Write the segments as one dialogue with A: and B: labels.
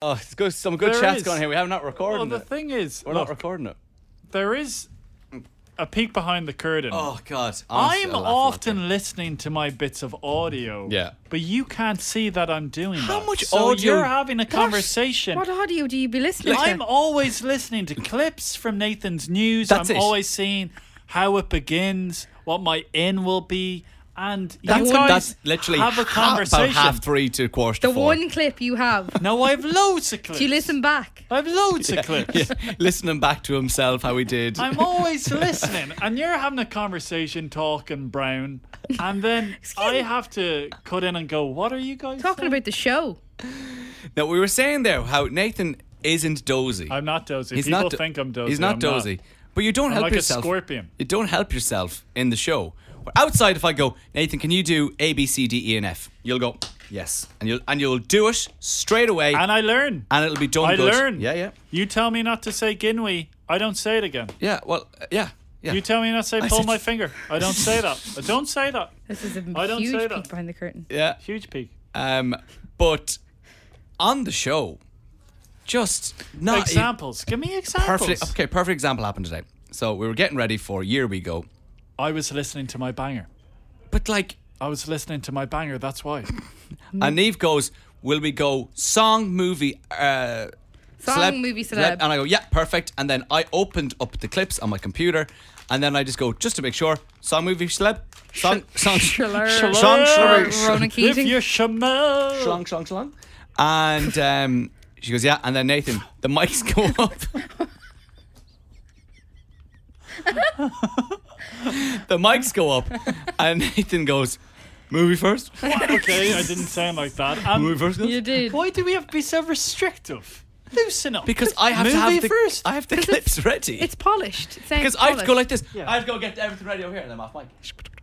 A: Oh, it's good, some good
B: There
A: chat's
B: is.
A: going here. We have not recorded
B: Well, the
A: it.
B: thing is,
A: We're
B: look,
A: not recording it.
B: there is a peek behind the curtain.
A: Oh God,
B: I'm often listening to my bits of audio.
A: Yeah.
B: But you can't see that I'm doing
A: How
B: that.
A: much
B: so
A: audio-
B: You're having a conversation.
C: What audio do you be listening
B: I'm
C: to?
B: always listening to clips from Nathan's news.
A: That's
B: I'm
A: it.
B: always seeing how it begins, what my in will be, and
A: That's
B: you guys
A: that's literally
B: have a
A: ha-
B: conversation.
A: about half three to quarter
C: The
A: to four.
C: one clip you have.
B: no, I have loads of clips.
C: Do you listen back?
B: I have loads of clips.
A: Yeah, listening back to himself how he did.
B: I'm always listening, and you're having a conversation talking brown, and then I have to cut in and go, "What are you guys
C: Talking
B: saying?"
C: about the show.
A: now we were saying there how Nathan isn't dozy.
B: I'm not dozy.
A: he's
B: People
A: not do-
B: think I'm dozy.
A: He's
B: I'm
A: not dozy. But you don't
B: I'm
A: help
B: like a
A: yourself.
B: scorpion.
A: You don't help yourself in the show. Where Outside, if I go, Nathan, can you do A, B, C, D, E, and F? You'll go yes, and you'll and you'll do it straight away, and,
B: And I learn.
A: it'll be done.
B: I
A: good.
B: learn.
A: Yeah, yeah,
B: You tell me not to say Ginwy. I don't say it again.
A: yeah. Well, uh, yeah, yeah.
B: You tell me not to say
A: I
B: pull
A: said-
B: my finger. I don't say that. I don't say that.
C: This is a
B: I don't
C: huge
B: say
C: peek
B: that.
C: behind the curtain.
A: yeah.
B: Huge peak.
A: Um, but on the show, just not
B: Examples. Give me examples.
A: perfect. Okay, perfect example happened today. So we were getting ready for year we go,
B: I was listening to my banger.
A: but like,
B: I was listening to my banger. That's why.
A: and Neve goes, "Will we go song movie?" Uh,
C: Song,
A: celeb-
C: movie,
A: celeb.
C: celeb.
A: And I go, yeah, perfect. And then I opened up the clips on my computer, and then I just go, just to make sure, song, movie, celeb, song, song,
C: Shalor.
A: song,
B: Shalor.
A: shalor,
C: Rona
B: If
C: Keating.
B: you shamel.
A: shlong, shlong, shlong. And um, she goes, yeah. And then Nathan, the mics go up. the mics go up, and Nathan goes, movie first,
B: okay, I didn't sound like that. Um,
A: movie first.
C: You did.
B: why do we have to be so restrictive? Loosen up.
A: Because I have to
B: Movie
A: have the
B: first.
A: I have the clips ready.
C: It's polished.
A: Because I have to go like
C: polished.
A: this.
B: Yeah.
A: I have to go get everything ready over here, and then I'm off mic.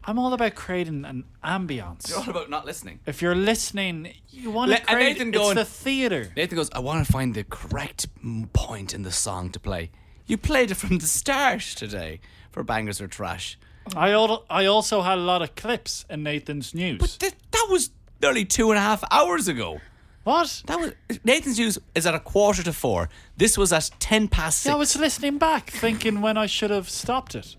B: I'm all about creating an ambience.
A: You're all about not listening.
B: If you're listening, you want to
A: Let- and
B: create.
A: Nathan
B: it's
A: going-
B: the theater.
A: Nathan goes, I want to find the correct m- point in the song to play. You played it from the start today for Bangers or Trash.
B: I al- I also had a lot of clips in Nathan's news.
A: Th- that was nearly two and a half hours ago.
B: what?
A: That was Nathan's news is at a quarter to four. This was at ten past six.
B: Yeah, I was listening back, thinking when I should have stopped it.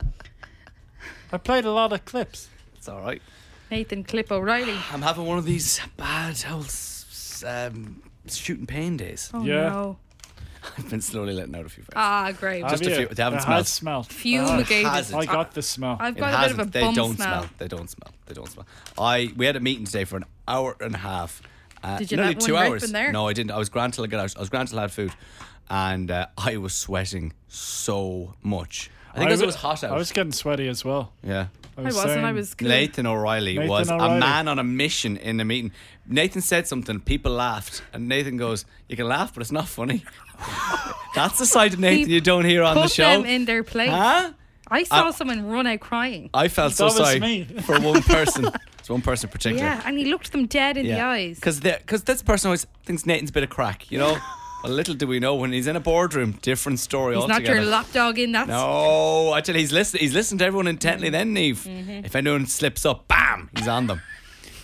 B: I played a lot of clips.
A: it's all right.
C: Nathan Clip O'Reilly.
A: I'm having one of these bad old s- um, shooting pain days.
C: Oh
B: Yeah.
C: no.
A: I've been slowly letting out a few. friends.
C: Ah, great.
A: Just a
B: Have
A: few-
B: you?
A: they haven't
B: It
A: smelled.
B: has smelled.
C: Fumigated.
A: Ah, has it?
B: I got the smell.
C: uh, I've
A: It
C: got a bit of a
A: hasn't.
C: bum
A: They don't
C: smell.
A: They don't smell. They don't smell. I we had a meeting today for an hour and a half. Uh,
C: Did you
A: nearly
C: let one
A: two
C: rip
A: hours?
C: in there?
A: No, I didn't. I was grand till I got out. I was grand till I had food, and uh, I was sweating so much. I think because it was hot out.
B: I was getting sweaty as well.
A: yeah.
B: I,
C: I
B: was
C: wasn't. I
B: saying-
C: was cool.
A: Nathan O'Reilly
B: Nathan
A: was a
B: O'Reilly.
A: man on a mission in the meeting. Nathan said something, people laughed, and Nathan goes, "You can laugh, but it's not funny." That's the side of Nathan you don't hear on
C: Put
A: the show.
C: them in their place.
A: huh?
C: I saw someone run out crying.
A: I felt so
B: That was
A: sorry
B: me.
A: for one person. It's one person in particular.
C: Yeah, and he looked them dead in the eyes.
A: Because because this person always thinks Nathan's a bit of crack, you know. well, little do we know when he's in a boardroom, different story
C: He's not
A: altogether.
C: your lapdog in that.
A: no, I tell you, he's listening. He's listening to everyone
B: Mm-hmm.
A: intently. Then, Neve, if anyone slips up, bam, he's on them.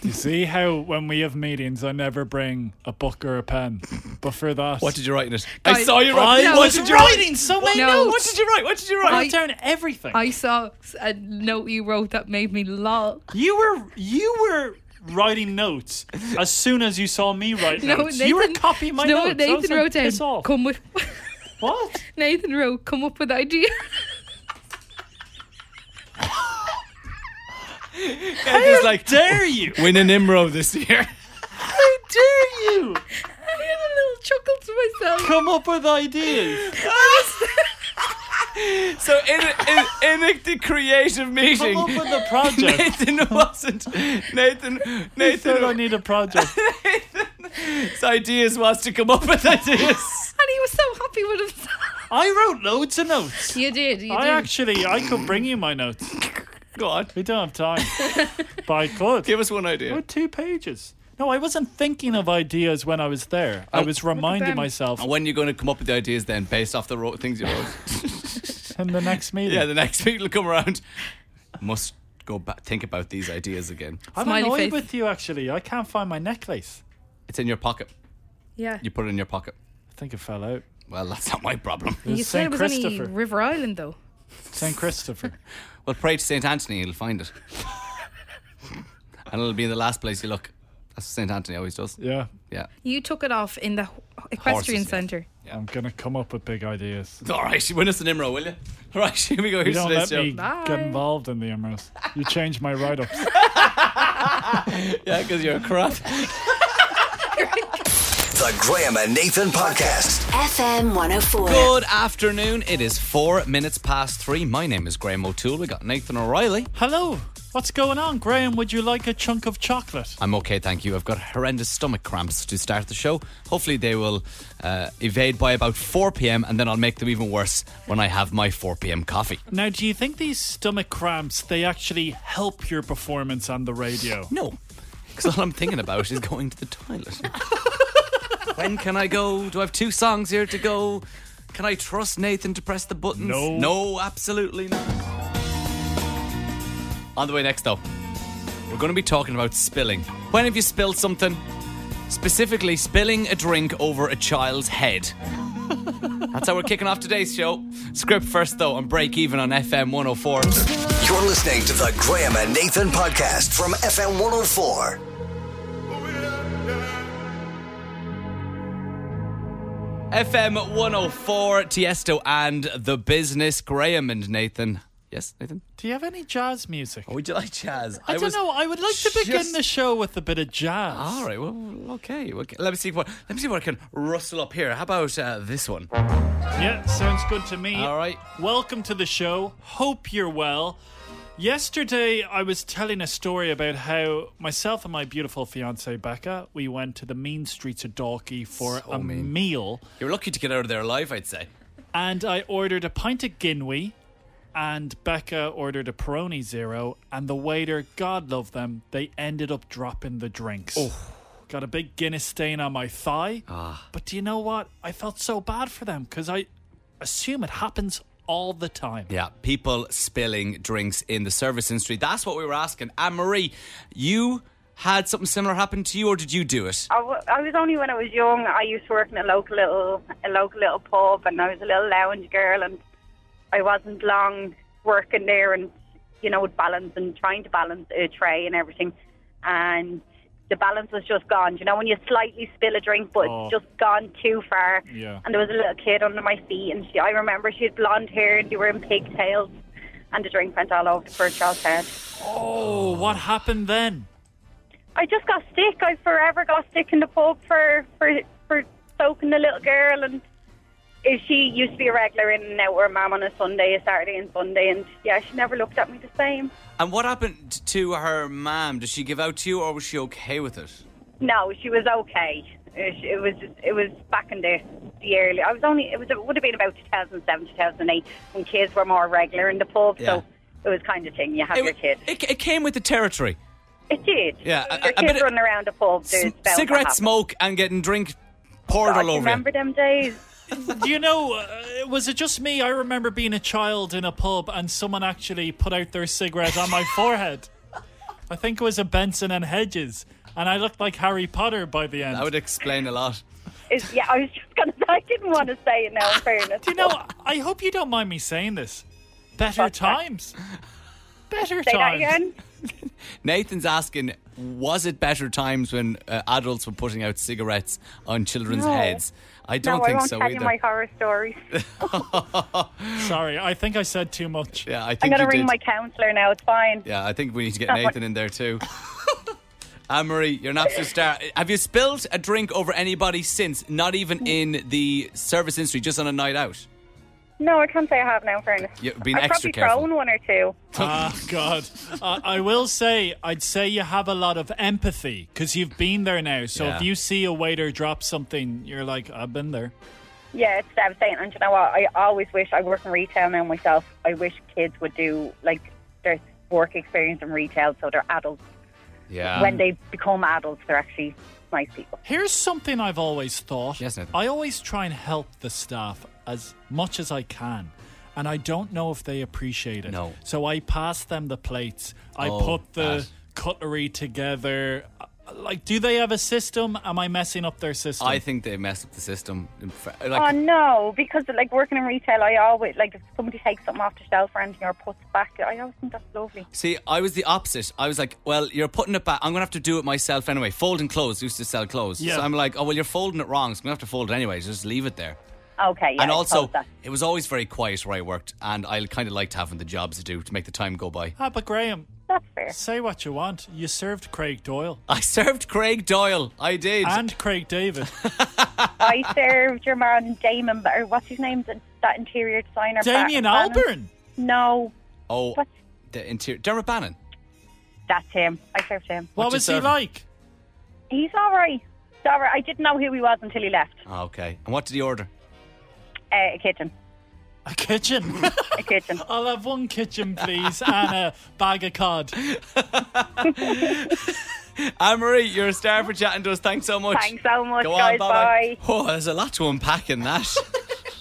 B: You see how when we have meetings, I never bring a book or a pen. But for that,
A: What did you write in it? I
C: Guys,
A: saw you
C: I
A: write.
C: No,
A: what
C: was
A: did you write?
B: writing so many
C: No.
A: What did you write? What did you
B: I
A: write?
B: wrote down everything.
C: I saw a note you wrote that made me laugh.
B: you were you were writing notes as soon as you saw me write
C: No,
B: notes. you were
C: Nathan-
B: copying my
C: no,
B: notes. I was
C: Nathan
B: like,
C: wrote
B: "Piss
C: down.
B: off."
C: Come with.
B: What?
C: Nathan wrote, come up with idea.
A: And he's like,
B: Dare you?
A: win an Imro this year.
B: How dare
C: I
B: you?
C: had a little chuckle to myself.
B: Come up with ideas.
A: so in a, in, in a, the creative meeting,
B: Come up with a project.
A: Nathan wasn't. Nathan.
B: I said I
A: Nathan.
B: need a project.
A: Nathan's ideas was to come up with ideas.
C: And he was so happy with himself.
B: I wrote loads of notes.
C: You did, you
B: I
C: did.
B: actually I could bring you my notes.
A: Go on.
B: We don't have time, but I could.
A: Give us one
B: There were
A: idea.
B: two pages. No, I wasn't thinking of ideas when I was there. I
A: Oh.
B: was reminding
C: them.
B: myself
A: And when are you going to come up with the ideas then, based off the ro- things you wrote?
B: in the next meeting.
A: yeah, the next people come around. Must go back, think about these ideas again.
B: I'm
C: Smiley
B: annoyed
C: face.
B: with you actually. I can't find my necklace.
A: It's in your pocket.
C: yeah.
A: You put it in your pocket.
B: think it fell out.
A: Well, that's not my problem.
B: It was
C: you said
B: Saint
C: it was only
B: Christopher.
C: River Island, though.
B: Saint Christopher.
A: Well, pray to St. Anthony, he'll find it. and it'll be in the last place you look. That's what St. Anthony always does.
B: yeah.
A: Yeah.
C: You took it off in the h- equestrian
A: Horses, yeah.
C: centre.
B: I'm gonna come up with big ideas.
A: All right, win us an Imro, will you? All right, here we go.
B: You
A: Here's
B: don't
A: today's
B: let
A: show.
B: me
C: Bye.
B: get involved in the Imros. You change my write-ups.
A: Yeah, because you're a crap.
D: The Graham and Nathan Podcast.
E: FM 104.
A: Good afternoon. It is four minutes past three. My name is Graham O'Toole. We got Nathan O'Reilly.
B: Hello. What's going on, Graham? Would you like a chunk of chocolate?
A: I'm okay, thank you. I've got horrendous stomach cramps to start the show. Hopefully, they will uh, evade by about 4 p.m., and then I'll make them even worse when I have my 4 p.m. coffee.
B: Now, do you think these stomach cramps they actually help your performance on the radio?
A: No, because all I'm thinking about is going to the toilet. when can I go? Do I have two songs here to go? Can I trust Nathan to press the buttons?
B: No.
A: No, absolutely not. On the way next, though, we're going to be talking about spilling. When have you spilled something? Specifically, spilling a drink over a child's head. That's how we're kicking off today's show. Script first, though, on Break Even on FM 104.
D: You're listening to the Graham and Nathan Podcast from FM 104.
A: FM 104, Tiesto and The Business, Graham and Nathan. Yes, Nathan? Oh,
B: Do you have any jazz music?
A: Would you like jazz?
B: I, don't know. I would like to begin
A: just-
B: the show with a bit of jazz.
A: All right, well, okay. okay. Let me see what let me see what I can rustle up here. How about uh, this one?
B: Yeah, sounds good to me.
A: All right.
B: Welcome to the show. Hope you're well. Yesterday, I was telling a story about how myself and my beautiful fiancee Becca, we went to the mean streets of Dalkey for
A: So
B: a
A: mean.
B: meal,
A: You're lucky to get out of there alive, I'd say.
B: and I ordered a pint of Ginwy, and Becca ordered a Peroni Zero, and the waiter, God love them, they ended up dropping the drinks.
A: Oh.
B: Got a big Guinness stain on my thigh.
A: Ah.
B: But do you know what? I felt so bad for them because I assume it happens all the time.
A: Yeah, people spilling drinks in the service industry. That's what we were asking. Anne Marie, you had something similar happen to you, or did you do it?
F: I wa- I was only when I was young. I used to work in a local little a local little pub, and I was a little lounge girl, and I wasn't long working there, and you know, with balance and trying to balance a tray and everything, and the balance was just gone. You know, when you slightly spill a drink, but
B: Oh.
F: it's just gone too far.
B: Yeah.
F: And there was a little kid under my feet, and she, I remember she had blonde hair, and they were in pigtails, and the drink went all over the poor child's head.
B: Oh, what happened then?
F: I just got sick. I forever got sick in the pub for for for soaking the little girl, and eh, she used to be a regular in and out with her mum on a Sunday, a Saturday and Sunday, and yeah, she never looked at me the same.
A: And what happened to her mom? Did she give out to you, or was she okay with it?
F: No, she was okay. Eh, she- It was it was back in the the early. I was only it was it would have been about 2007, 2008 when kids were more regular in the pub, so. It was kind of thing. You have your
A: wa-
F: kid.
A: It, it came with the territory.
F: It did.
A: Yeah, a-
F: your
A: a bit
F: kids
A: of-
F: running around the pub.
A: C-
F: There's
A: cigarette smoke and getting drink poured all over
F: Remember
A: you.
F: them days?
B: Do you know, uh, was it just me? I remember being a child in a pub and someone actually put out their cigarette on my forehead. I think it was a Benson and Hedges, and I looked like Harry Potter by the end.
A: That would explain a lot.
F: Is, yeah, I was just gonna. I didn't want to say it now. In fairness,
B: Do you know, I hope you don't mind me saying this. Better
F: What's that?
B: times. Better
F: say that
B: times.
F: again.
A: Nathan's asking, was it better times when uh, adults were putting out cigarettes on children's
F: No.
A: heads? I
F: No,
A: don't
F: I
A: think
F: won't
A: so
F: tell
A: either.
F: you my horror stories.
B: Sorry, I think I said too much.
A: yeah, I
F: I'm
A: think
F: gonna
A: you
F: ring
A: did.
F: my counsellor now. It's fine.
A: Yeah, I think we need to get
F: Someone-
A: Nathan in there too. Anne Marie, you're an absolute star. Have you spilled a drink over anybody since? Not
F: Mm.
A: even in the service industry, just on a night out.
F: No, I can't say I have now. In fairness,
A: You've been
F: I've
A: extra
F: probably
A: careful.
F: thrown one or two.
B: Ah, God. Uh, I will say, I'd say you have a lot of empathy because you've been there now. So
A: Yeah.
B: if you see a waiter drop something, you're like, I've been there.
F: Yeah, it's devastating. And do you know what? I always wish I work in retail now myself. I wish kids would do like their work experience in retail, so they're adults.
A: Yeah.
F: when they become adults, they're actually nice people.
B: Here's something I've always thought.
A: Yes, Nathan.
B: I always try and help the staff as much as I can. And I don't know if they appreciate it.
A: No.
B: So I pass them the plates. I
A: Oh,
B: put the
A: that.
B: cutlery together. Uh, like, do they have a system? Am I messing up their system?
A: I think they messed up the system. In fa-
F: Oh
A: Like,
F: no, because like working in retail, I always like if somebody takes something off the shelf or anything or puts it back, I always think that's lovely.
A: see, I was the opposite. I was like, well, you're putting it back. I'm going to have to do it myself anyway. Folding clothes used to sell clothes.
B: Yeah.
A: So I'm like, oh, well, you're folding it wrong. So I'm going to have to fold it anyway. So just leave it there.
F: Okay, yeah.
A: and
F: I
A: also,
F: suppose that.
A: it was always very quiet where I worked. And I kind of liked having the jobs to do to make the time go by.
B: ah, but Graham,
F: that's fair.
B: say what you want. You served Craig Doyle
A: I served Craig Doyle. I did.
B: and Craig David.
F: I served your man Damon, or what's his name? That, that interior designer.
B: Damien
F: Ba- Bannon?
B: Alburn.
F: No,
A: oh,
F: What?
A: the interior. Dermot Bannon.
F: that's him. I served him.
B: What
A: What'd you
B: was he
A: serve him?
B: like?
F: He's all right. He's all right. I didn't know who he was until he left.
A: Ah, okay. And what did he order?
F: Uh, a kitchen.
B: A kitchen.
F: A kitchen.
B: I'll have one kitchen, please, and a bag of cod.
A: Anne Marie, you're a star for chatting to us. Thanks so much.
F: Thanks so much,
A: Go
F: guys.
A: on, bye-bye. Oh, there's a lot to unpack in that.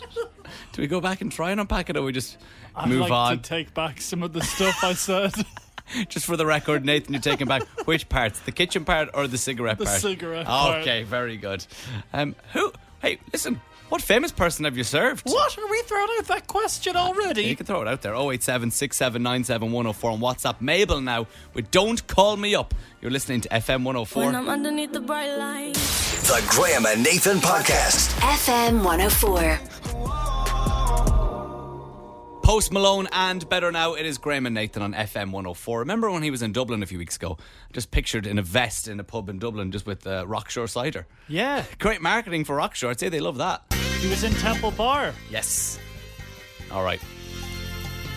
A: Do we go back and try and unpack it, or we just
B: I'd
A: move
B: like
A: on?
B: to take back some of the stuff I said.
A: just for the record, Nathan, you're taking back which parts? The kitchen part or the cigarette
B: The
A: part?
B: cigarette part.
A: Okay, very good. Um, who? Hey, listen. What famous person have you served?
B: what? Are we throwing out that question
A: You
B: already?
A: can throw it out there. 087 679 oh on WhatsApp. Mabel now with Don't Call Me Up. You're listening to FM 104.
E: When I'm underneath the bright lights.
D: The Graham and Nathan Podcast.
G: FM 104.
A: Post Malone and Better Now. It is Graham and Nathan on FM 104. Remember when he was in Dublin a few weeks ago? Just pictured in a vest in a pub in Dublin just with uh, Rockshore cider.
B: Yeah,
A: Great marketing for Rockshore. I'd say they love that.
B: he was in Temple Bar.
A: Yes. All right.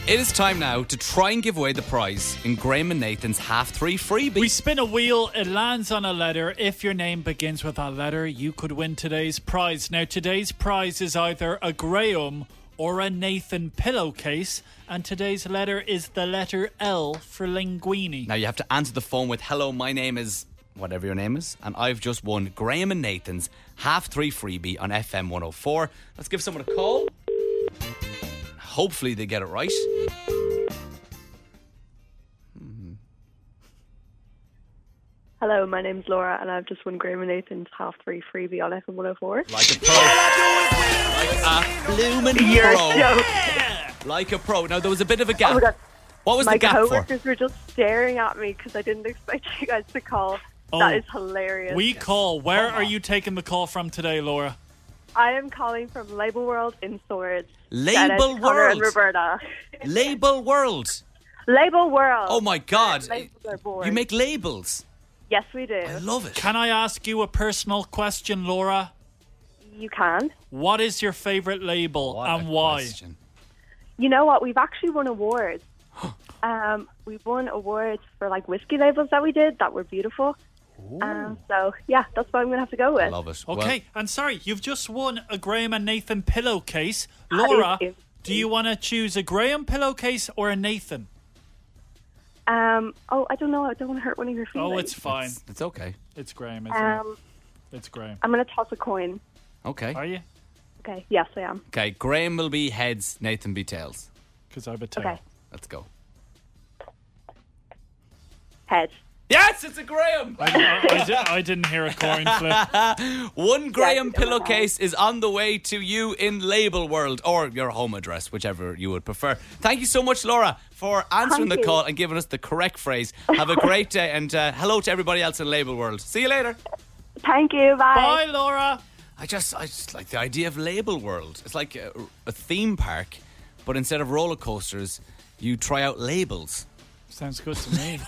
A: It is time now to try and give away the prize in Graham and Nathan's half three freebie.
B: We spin a wheel, it lands on a letter. If your name begins with that letter, you could win today's prize. Now, today's prize is either a Graham or a Nathan pillowcase, and today's letter is the letter L for linguini.
A: now you have to answer the phone with hello, my name is whatever your name is, and I've just won Graham and Nathan's half three freebie on FM 104. Let's give someone a call. Hopefully they get it right. Hmm.
H: Hello, my name's Laura, and I've just won Graham and Nathan's half free freebie on FM 104.
A: Like a pro. like a blooming pro. Like a pro. Now there was a bit of a gap.
H: Oh my God.
A: what was
H: My
A: the gap for?
H: coworkers were just staring at me because I didn't expect you guys to call.
B: Oh.
H: that is hilarious.
B: We call. Where are you taking the call from today, Laura?
H: I am calling from Label World in Swords. Shout out to
A: Label
H: Connor and
A: world.
H: Roberta.
A: Label world.
H: Label World.
A: Oh my god.
H: Labels are born.
A: You make labels.
H: Yes, we do.
A: I love it.
B: Can I ask you a personal question, Laura?
H: you can.
B: What is your favorite label
A: What
B: and
A: a
B: why?
A: question.
H: You know what? We've actually won awards. um, we won awards for like whiskey labels that we did that were beautiful. Um, so yeah, that's what I'm gonna have to go with.
A: I love it. Well,
B: Okay, and sorry, you've just won a Graham and Nathan pillowcase. Laura,
H: is-
B: do you want to choose a Graham pillowcase or a Nathan?
H: Um, oh, I don't know. I don't want to hurt one of your feelings.
B: Oh, it's fine.
A: it's, it's okay.
B: It's Graham, isn't
H: Um,
B: it? It's Graham.
H: I'm gonna toss a coin.
A: Okay.
B: Are you?
H: Okay. Yes, I am.
A: Okay. Graham will be heads, Nathan be tails.
B: Because I have a tail.
H: Okay.
A: Let's go.
H: Head.
A: Yes, it's a Graham.
B: I, I- I di- I didn't hear a coin flip.
A: One
H: it's a
A: Graham
H: Graham.
A: pillowcase is on the way to you in Label World or your home address, whichever you would prefer. Thank you so much, Laura, for answering
H: Thank
A: the
H: you.
A: call and giving us the correct phrase. Have a great day and uh, hello to everybody else in Label World. See you later.
H: Thank you.
B: Bye, Laura.
A: I just, I just like the idea of Label World. It's like a, a theme park, but instead of roller coasters, you try out labels.
B: Sounds good to me.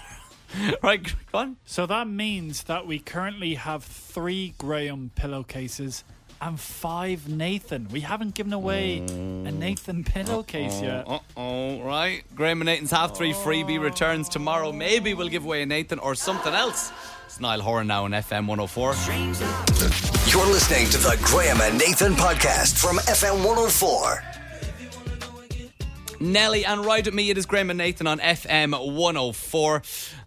A: right, go on.
B: So that means that we currently have three Graham pillowcases and five Nathan. We haven't given away a
A: Mm.
B: Nathan pillowcase yet.
A: Uh oh, right. Graham and Nathan's half three freebie returns tomorrow. Maybe we'll give away a Nathan or something else. It's Niall Horan now on FM 104.
D: You're listening to the Graham and Nathan Podcast from FM 104.
A: Nelly and Ride at Me. It is Graham and Nathan on FM 104.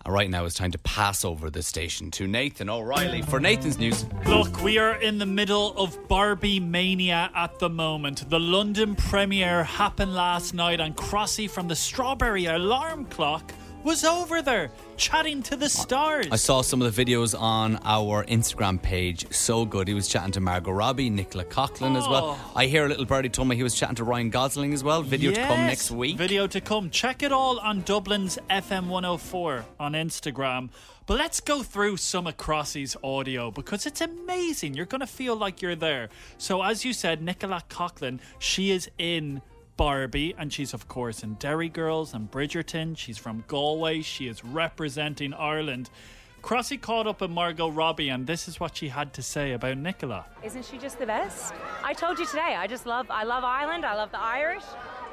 A: And right now it's time to pass over the station to Nathan O'Reilly for Nathan's news.
B: Look, we are in the middle of Barbie mania at the moment. The London premiere happened last night, and Crossy from the Strawberry Alarm Clock was over there chatting to the stars.
A: I saw some of the videos on our Instagram page. So good. He was chatting to Margot Robbie, Nicola Coughlin as well. I hear a little birdie told me he was chatting to Ryan Gosling as well. Video to come
B: Yes,
A: next week.
B: Video to come. Check it all on Dublin's FM 104 on Instagram. But let's go through some of Crossy's audio because it's amazing. You're going to feel like you're there. So, as you said, Nicola Coughlin, she is in Barbie and she's, of course, in Derry Girls and Bridgerton. She's from Galway. She is representing Ireland. Crossy caught up with Margot Robbie, and this is what she had to say about Nicola.
G: Isn't she just the best? I told you today, I just love I love Ireland, I love the Irish.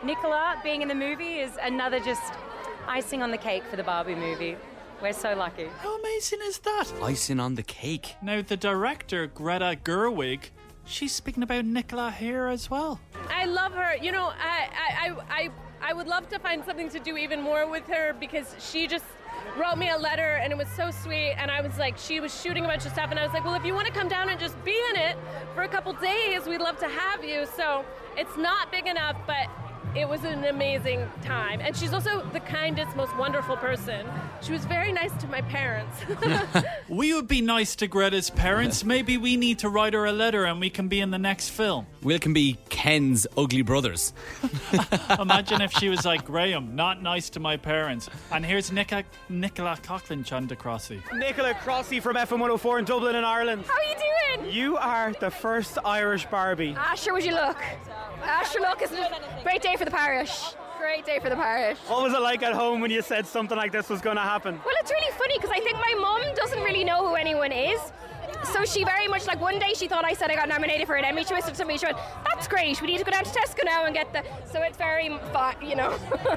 G: Nicola being in the movie is another just icing on the cake for the Barbie movie. We're so lucky.
B: How amazing is that?
A: Icing on the cake.
B: Now, the director, Greta Gerwig, she's speaking about Nicola here as well.
I: I love her. You know, I, I, I, I, I would love to find something to do even more with her because she just wrote me a letter and it was so sweet. And I was like, she was shooting a bunch of stuff, and I was like, well, if you want to come down and just be in it for a couple days, we'd love to have you. So it's not big enough, but it was an amazing time. And she's also the kindest, most wonderful person. She was very nice to my parents.
B: We would be nice to Greta's parents. Maybe we need to write her a letter and we can be in the next film.
A: Will can be Ken's ugly brothers.
B: Imagine if she was like, Graham, not nice to my parents. And here's Nicola, Nicola Coughlin Chandacrossi.
J: Nicola Crossy from FM 104 in Dublin in Ireland.
G: How are you doing?
J: You are the first Irish Barbie.
I: Asher, would you look? Asher, look, it's a great day for the parish. Great day for the parish.
J: What was it like at home when you said something like this was going to happen?
I: Well, it's really funny because I think my mum doesn't really know who anyone is. So she very much like one day she thought I said I got nominated for an Emmy. She was somebody. She went, "That's great. We need to go down to Tesco now and get the." So it's very fun, you know.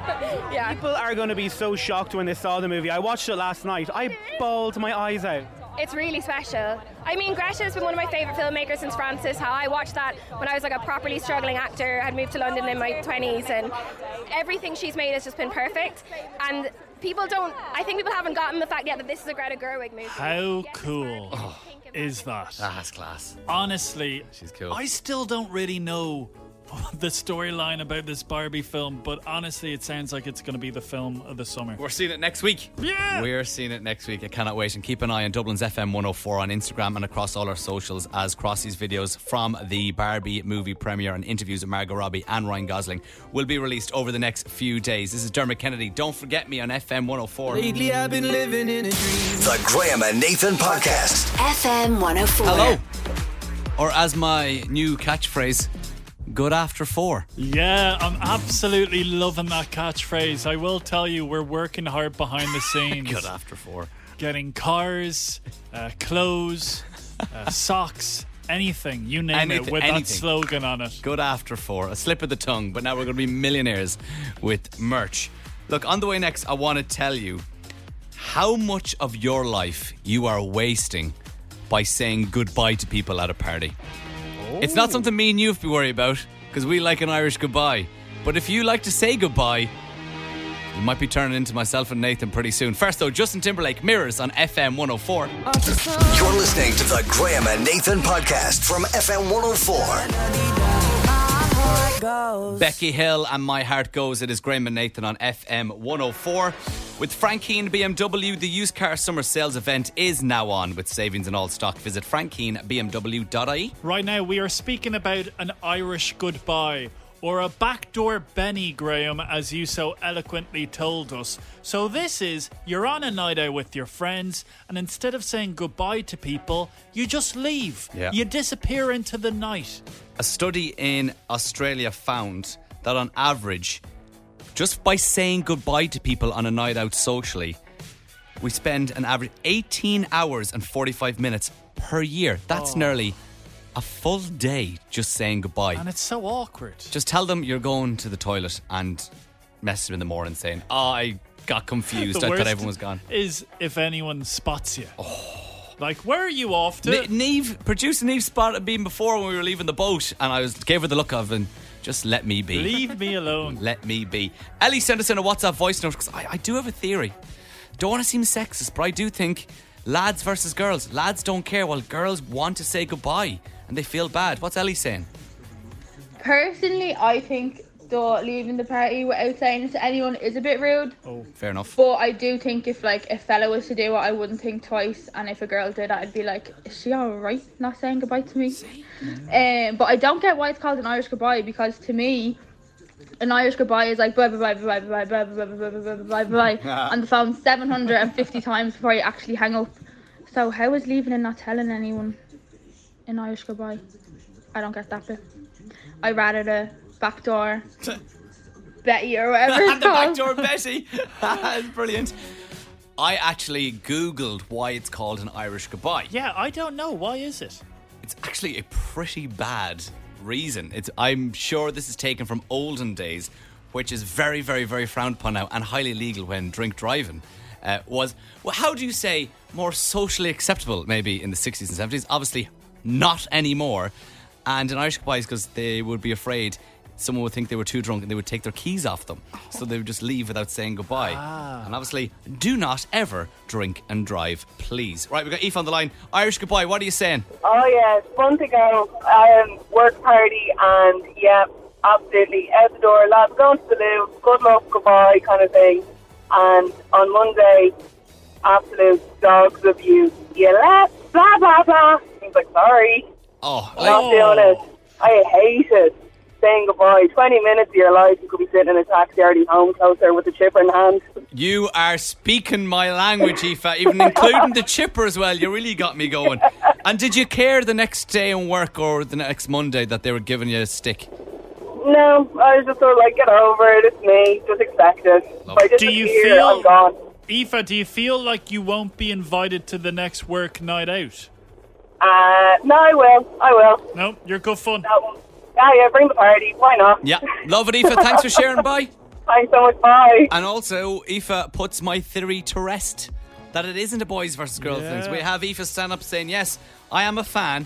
I: yeah.
J: People are going to be so shocked when they saw the movie. I watched it last night. I bawled my eyes out.
I: It's really special. I mean, Greta has been one of my favourite filmmakers since Frances Ha. I watched that when I was like a properly struggling actor. I'd moved to London in my 20s, and everything she's made has just been perfect. And people don't, I think people haven't gotten the fact yet that this is a Greta Gerwig movie.
B: How
I: Yes, it's
B: cool
I: Barbie.
B: is that?
A: Ah, That's class.
B: Honestly,
A: She's cool.
B: I still don't really know the storyline about this Barbie film, but honestly, it sounds like it's going to be the film of the summer.
A: We're seeing it next week.
B: Yeah.
A: We're seeing it next week. I cannot wait. And keep an eye on Dublin's FM 104 on Instagram and across all our socials as Crossy's videos from the Barbie movie premiere and interviews with Margot Robbie and Ryan Gosling will be released over the next few days. This is Dermot Kennedy. Don't forget me on FM 104.
D: The Graham and Nathan Podcast.
K: FM 104.
A: Hello. Or as my new catchphrase, good after four.
B: Yeah, I'm absolutely loving that catchphrase. I will tell you, we're working hard behind the scenes.
A: Good after four.
B: Getting cars, uh, clothes, uh, socks, anything, you name
A: Anyth-
B: it, with
A: anything.
B: that slogan on it.
A: Good after four. A slip of the tongue, but now we're going to be millionaires with merch. Look, on the way next, I want to tell you how much of your life you are wasting by saying goodbye to people at a party. It's not something me and you have to worry about because we like an Irish goodbye. But if you like to say goodbye, you might be turning into myself and Nathan pretty soon. First, though, Justin Timberlake mirrors on FM 104.
D: You're listening to the Graham and Nathan Podcast from FM 104.
A: Becky Hill and My Heart Goes. It is Graham and Nathan on FM 104. With Frankine BMW, the used car summer sales event is now on with savings in all stock. Visit frankinebmw.ie.
B: Right now, we are speaking about an Irish goodbye. Or a backdoor Benny Graham, as you so eloquently told us. So, this is you're on a night out with your friends, and instead of saying goodbye to people, you just leave.
A: Yeah.
B: You disappear into the night.
A: A study in Australia found that on average, just by saying goodbye to people on a night out socially, we spend an average 18 hours and 45 minutes per year.
B: Oh.
A: That's nearly a full day just saying goodbye.
B: And it's so awkward.
A: Just tell them you're going to the toilet and message them in the morning saying, oh, I got confused. I thought everyone was gone. Oh.
B: Is if anyone spots you. Like, where are you off to?
A: Ne- Neve, producer Neve spotted me before when we were leaving the boat and I was gave her the look of and just let me be.
B: Leave me alone.
A: Let me be. Ellie sent us in a WhatsApp voice note because I, I do have a theory. Don't want to seem sexist, but I do think lads versus girls. Lads don't care while girls want to say goodbye and they feel bad. What's Ellie saying?
I: Personally, I think
K: that leaving the party without saying it to anyone is a bit rude.
A: Oh, fair enough.
K: But I do think if like a fella was to do it, I wouldn't think twice, and if a girl did it, I'd be like, "Is she all right? Not saying goodbye to me." Um, but I don't get why it's called an Irish goodbye because to me, an Irish goodbye is like bye bye bye bye bye bye bye bye bye bye bye bye bye bye on the phone seven hundred and fifty times before you actually hang up. So how is leaving and not telling anyone an Irish goodbye? I don't get that bit. I rather the back door Betty or whatever
A: the
K: it's
A: back
K: called.
A: door Betty. That's brilliant. I actually Googled why it's called an Irish goodbye.
B: Yeah, I don't know. Why is it?
A: It's actually a pretty bad reason. It's I'm sure this is taken from olden days, which is very, very, very frowned upon now and highly legal when drink driving. Uh, was well, how do you say more socially acceptable? Maybe in the sixties and seventies, obviously not anymore. And an Irish goodbye is because they would be afraid someone would think they were too drunk and they would take their keys off them, so they would just leave without saying goodbye.
B: Ah.
A: And obviously, do not ever drink and drive, please. Right, we've got Eve on the line. Irish goodbye. What are you saying?
L: Oh yeah, it's fun to go. Um, work party and yeah, absolutely out the door. Lads going to the loo. Good luck, goodbye, kind of thing. And on Monday, absolute dogs of you. You left, blah blah blah. He's like, sorry,
A: Oh,
L: I'm not doing it. I hate it. Saying goodbye. Twenty minutes of your life, you could be sitting in a taxi already home, closer with a chipper in hand.
A: You are speaking my language, Aoife, even including the chipper as well. You really got me going. And did you care the next day in work or the next Monday that they were giving you a stick?
L: No, I was just sort of like, get over it. It's me. Just expect it. If I
B: Do you
L: disappear,
B: feel
L: I'm gone.
B: Aoife, do you feel like you won't be invited to the next work night out?
L: Uh, no, I will. I will.
B: No, you're good fun.
L: Yeah, yeah, bring the party. Why not?
A: Yeah. Love it, Aoife. Thanks for sharing. Bye.
L: Thanks so much. Bye.
A: And also, Aoife puts my theory to rest that it isn't a boys versus girls
B: Yeah.
A: thing. We have Aoife stand up saying, Yes, I am a fan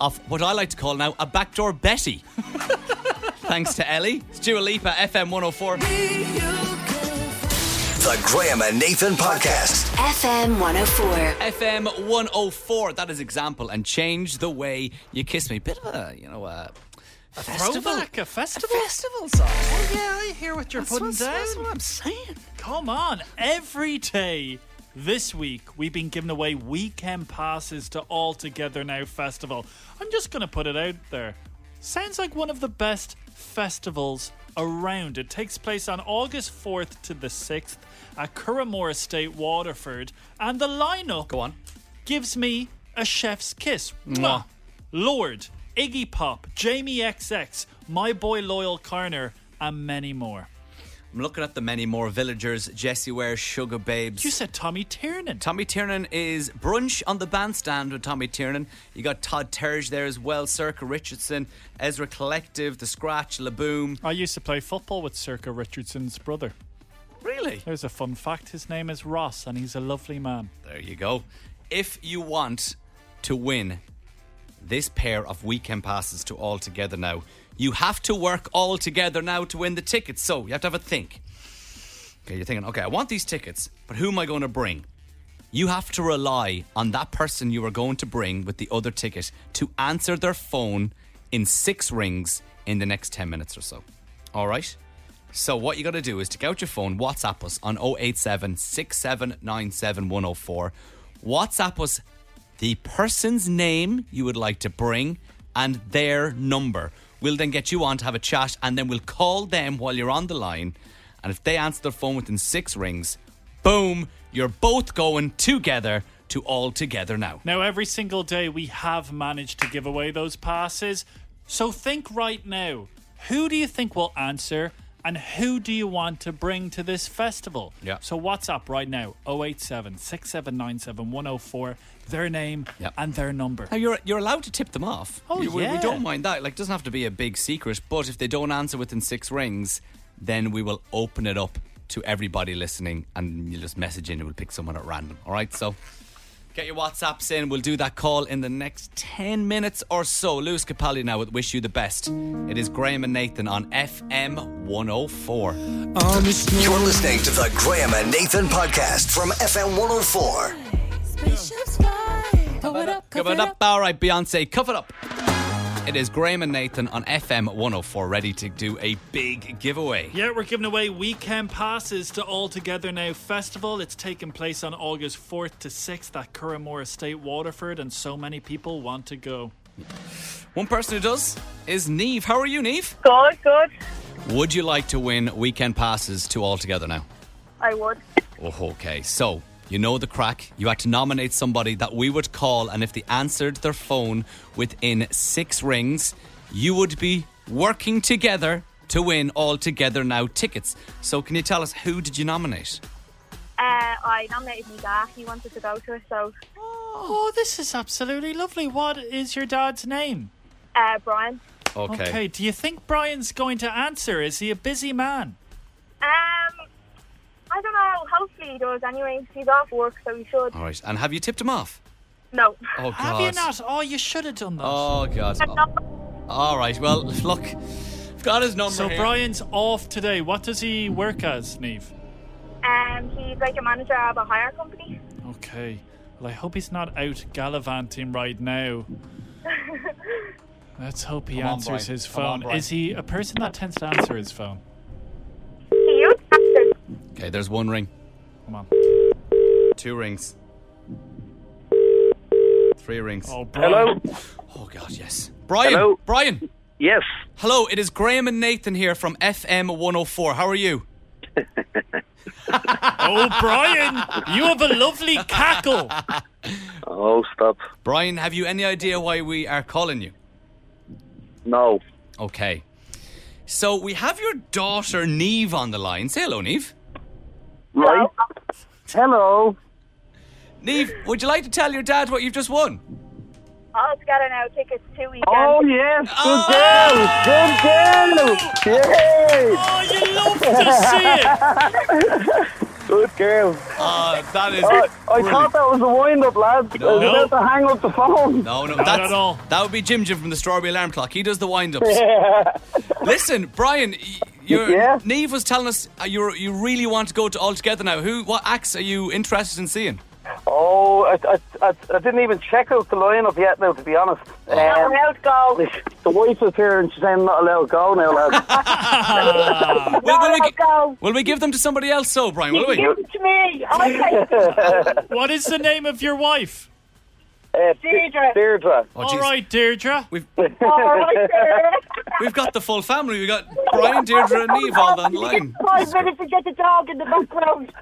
A: of what I like to call now a backdoor Betty. Thanks to Ellie. Stuart Lipa, FM 104.
D: The Graham and Nathan Podcast.
M: FM 104.
A: FM 104. That is example and change the way you kiss me. Bit of a, you know, a, a
B: Throwback, a festival?
A: festival song.
B: Oh, yeah, I hear what you're
A: That's
B: putting
A: what's-
B: down.
A: that's what I'm saying.
B: Come on. Every day this week, we've been giving away weekend passes to All Together Now Festival. I'm just going to put it out there. Sounds like one of the best festivals around. It takes place on August 4th to the 6th at Curramore Estate, Waterford. And the lineup Go
A: on.
B: gives me a chef's kiss.
A: Mwah.
B: Mwah. Lord, Iggy Pop, Jamie XX, My Boy Loyal Carner, and many more.
A: I'm looking at the many more villagers, Jesse Ware, Sugar Babes. You
B: said Tommy Tiernan.
A: Tommy Tiernan is brunch on the bandstand with Tommy Tiernan. You got Todd Terge there as well, Circa Richardson, Ezra Collective, The Scratch, Laboom.
B: I used to play football with Circa Richardson's brother.
A: Really?
B: There's a fun fact. His name is Ross, and he's a lovely man.
A: There you go. If you want to win this pair of weekend passes to All Together Now, you have to work all together now to win the tickets. So you have to have a think. Okay, you're thinking, okay, I want these tickets, but who am I going to bring? You have to rely on that person you are going to bring with the other ticket to answer their phone in six rings in the next 10 minutes or so. All right? So, what you got to do is take out your phone, WhatsApp us on 087 6797104. WhatsApp us the person's name you would like to bring and their number. We'll then get you on to have a chat and then we'll call them while you're on the line. And if they answer their phone within six rings, boom, you're both going together to all together now.
B: Now, every single day, we have managed to give away those passes. So think right now who do you think will answer, and who do you want to bring to this festival?
A: Yeah.
B: So, WhatsApp right now 087 6797 104, their name and their number.
A: Now you're you're allowed to tip them off.
B: Oh,
A: You- we, we
B: yeah.
A: don't mind that. Like, it doesn't have to be a big secret. But if they don't answer within six rings, then we will open it up to everybody listening, and you just message in, and we'll pick someone at random. All right, so. Get your WhatsApps in. We'll do that call in the next 10 minutes or so. Lewis Capaldi now with Wish You the Best. It is Graham and Nathan on FM 104.
D: You're listening to the Graham and Nathan Podcast from FM 104.
A: Cuff it up. All right, Beyonce, cuff it up. It is Graham and Nathan on FM 104 ready to do a big giveaway.
B: Yeah, we're giving away weekend passes to All Together Now Festival. It's taking place on August 4th to 6th at Curramore Estate, Waterford, and so many people want to go.
A: One person who does is Neve. How are you, Neve?
L: Good, good.
A: Would you like to win weekend passes to All Together Now?
L: I would.
A: Oh, okay, so you know the crack. You had to nominate somebody that we would call, and if they answered their phone within six rings, you would be working together to win All Together Now tickets. So, can you tell us who did you nominate?
L: Uh, I nominated my dad. He wanted to go to it, so
B: Oh, this is absolutely lovely. What is your dad's name?
L: uh, Brian.
A: Okay.
B: do you think Brian's going to answer? Is he a busy man?
L: Um, I don't know. Hopefully he does. Anyway, he's off work, so he should.
A: All right, and have you tipped him off?
L: No.
A: Oh, God.
B: Have you not? Oh, you should have done that.
A: Oh, God. All right, well, look, I've got his number.
B: So
A: here.
B: Brian's off today. What does he work as, Neve?
L: Um, he's like a manager of a hire company.
B: Okay. Well, I hope he's not out gallivanting right now. Let's hope he
L: Come on, Brian.
B: answers his
L: Come on,
B: phone.
L: Brian.
B: Is he a person that tends to answer his phone?
A: Okay, there's one ring.
B: Come on.
A: Two rings. Three rings.
B: Oh,
A: Hello. Oh God, yes. Brian.
M: Hello?
A: Brian.
M: Yes.
A: Hello, it is Graham and Nathan here from FM 104. How are you?
B: oh, Brian, you have a lovely cackle.
M: Oh, stop.
A: Brian, have you any idea why we are calling you?
M: No.
A: Okay. So we have your daughter Neve on the line. Say hello, Neve.
M: Right. Hello.
A: Neve, would you like to tell your dad what you've just won?
L: All together now, tickets two weekends.
M: Oh, yes. Good girl. Good girl. Yay.
B: Oh, you love
M: to see it. Good girl.
A: Oh, that is.
M: I, I
A: brilliant.
M: thought that was a wind up, lads. I was
A: No.
M: about to hang up the phone.
A: No, no,
M: Not
A: that's,
M: at
A: all. That would be Jim Jim from the Strawberry Alarm Clock. He does the wind ups. Listen, Brian, y- your Neve was telling us uh, you you really want to go to All Together now. Who, what acts are you interested in seeing?
M: Oh, I, I, I, I didn't even check out the lineup yet, now, to be honest. Um,
L: Not allowed go.
M: The wife is here and she's saying not allowed to go now, lads.
A: will, will we, gi- will we give them to somebody else, so Brian? Will we?
L: to me. I
B: What is the name of your wife?
M: Uh,
L: Deirdre.
M: Deirdre.
B: All right, Deirdre.
A: Oh, We've,
L: Five
A: we've got the full family. We got Brian, Deirdre, and Neve all on the line.
L: minutes to get the dog in the background.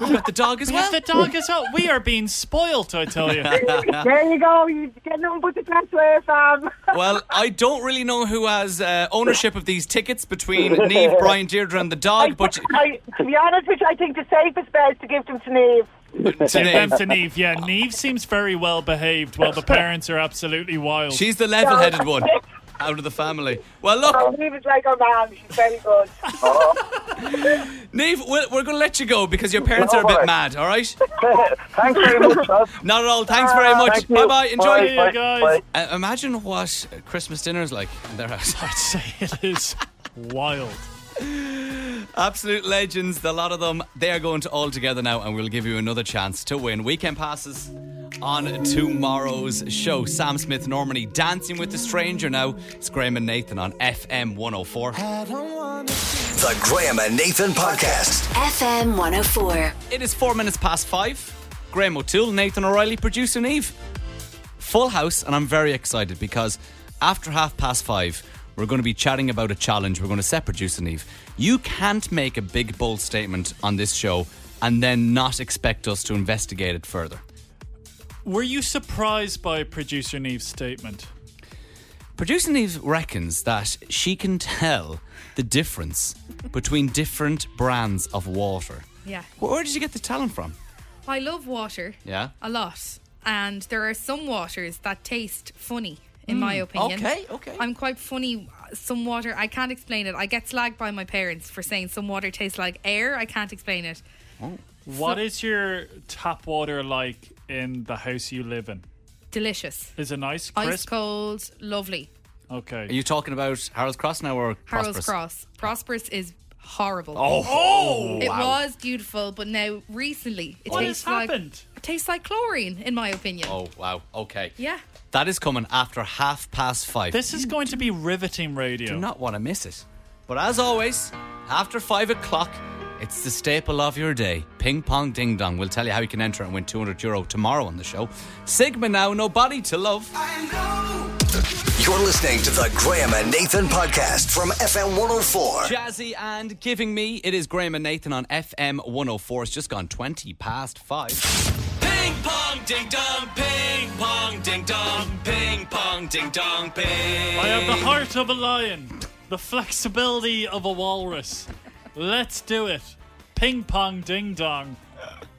A: We've got the dog as
B: We
A: well.
B: have the dog as well. We are being spoilt, I tell you.
L: there you go. You get nothing but the transfer, fam.
A: Well, I don't really know who has uh, ownership of these tickets between Neve, Brian, Deirdre, and the dog, but
L: I, to be honest, which I think the safest bet is to give them to Neve.
B: Give
A: Neve.
B: them to Neve. Yeah, Neve seems very well behaved while the parents are absolutely wild.
A: she's the level headed one out of the family. Well,
L: Oh,
A: look,
L: Neve is like our mom. She's very good.
A: Neve, we're, we're going to let you go because your parents are a bit mad, all right?
M: Thanks very much, lads.
A: Not at all. Thanks very much.
M: Thank you.
A: Bye bye. Enjoy
M: Bye, See ya, bye, guys.
A: Uh, imagine what Christmas dinner is like in their house.
B: I'd say it is wild.
A: Absolute legends, the lot of them. They are going to all together now, and we'll give you another chance to win weekend passes on tomorrow's show. Sam Smith, Normally dancing with the stranger now. It's Graham and Nathan on FM 104.
D: The Graham and Nathan Podcast.
N: FM 104.
A: It is four minutes past five. Graham O'Toole, Nathan O'Reilly, producer Neve. Full house, and I'm very excited because after half past five, we're going to be chatting about a challenge we're going to set producer Neve. You can't make a big, bold statement on this show and then not expect us to investigate it further.
B: Were you surprised by producer Neve's statement?
A: Producer Neve reckons that she can tell the difference between different brands of water.
C: Yeah.
A: Wh- Where did you get the talent from?
C: I love water
A: Yeah.
C: a lot, and there are some waters that taste funny, in my
A: Mm,
C: opinion.
A: okay, okay.
C: I'm quite funny. Some water, I can't explain it. I get slagged by my parents for saying some water tastes like air. I can't explain it.
B: What is your tap water like in the house you live in?
C: Delicious.
B: Is it nice,
C: Ice
B: crisp?
C: cold, lovely.
B: Okay.
A: Are you talking about Harold's Cross now or
C: Harold's
A: Prosperous?
C: Cross. Prosperous is horrible.
A: Oh. Oh,
C: it
A: wow.
C: was beautiful, but now recently it
B: What has
C: tastes like
B: happened?
C: it tastes like chlorine, in my opinion.
A: Oh wow. Okay.
C: Yeah.
A: That is coming after half past five.
B: This is going to be riveting radio.
A: Do not want to miss it. But as always, after five o'clock, it's the staple of your day. Ping pong ding dong. We'll tell you how you can enter and win 200 euro tomorrow on the show. Sigma now, nobody to love.
D: You're listening to the Graham and Nathan podcast from FM 104.
A: Jazzy and giving me. It is Graham and Nathan on FM 104. It's just gone 20 past five. Ping pong ding dong, ping pong ding dong, ping pong ding dong, ping.
B: I have the heart of a lion, the flexibility of a walrus. Let's do it. Ping pong ding dong.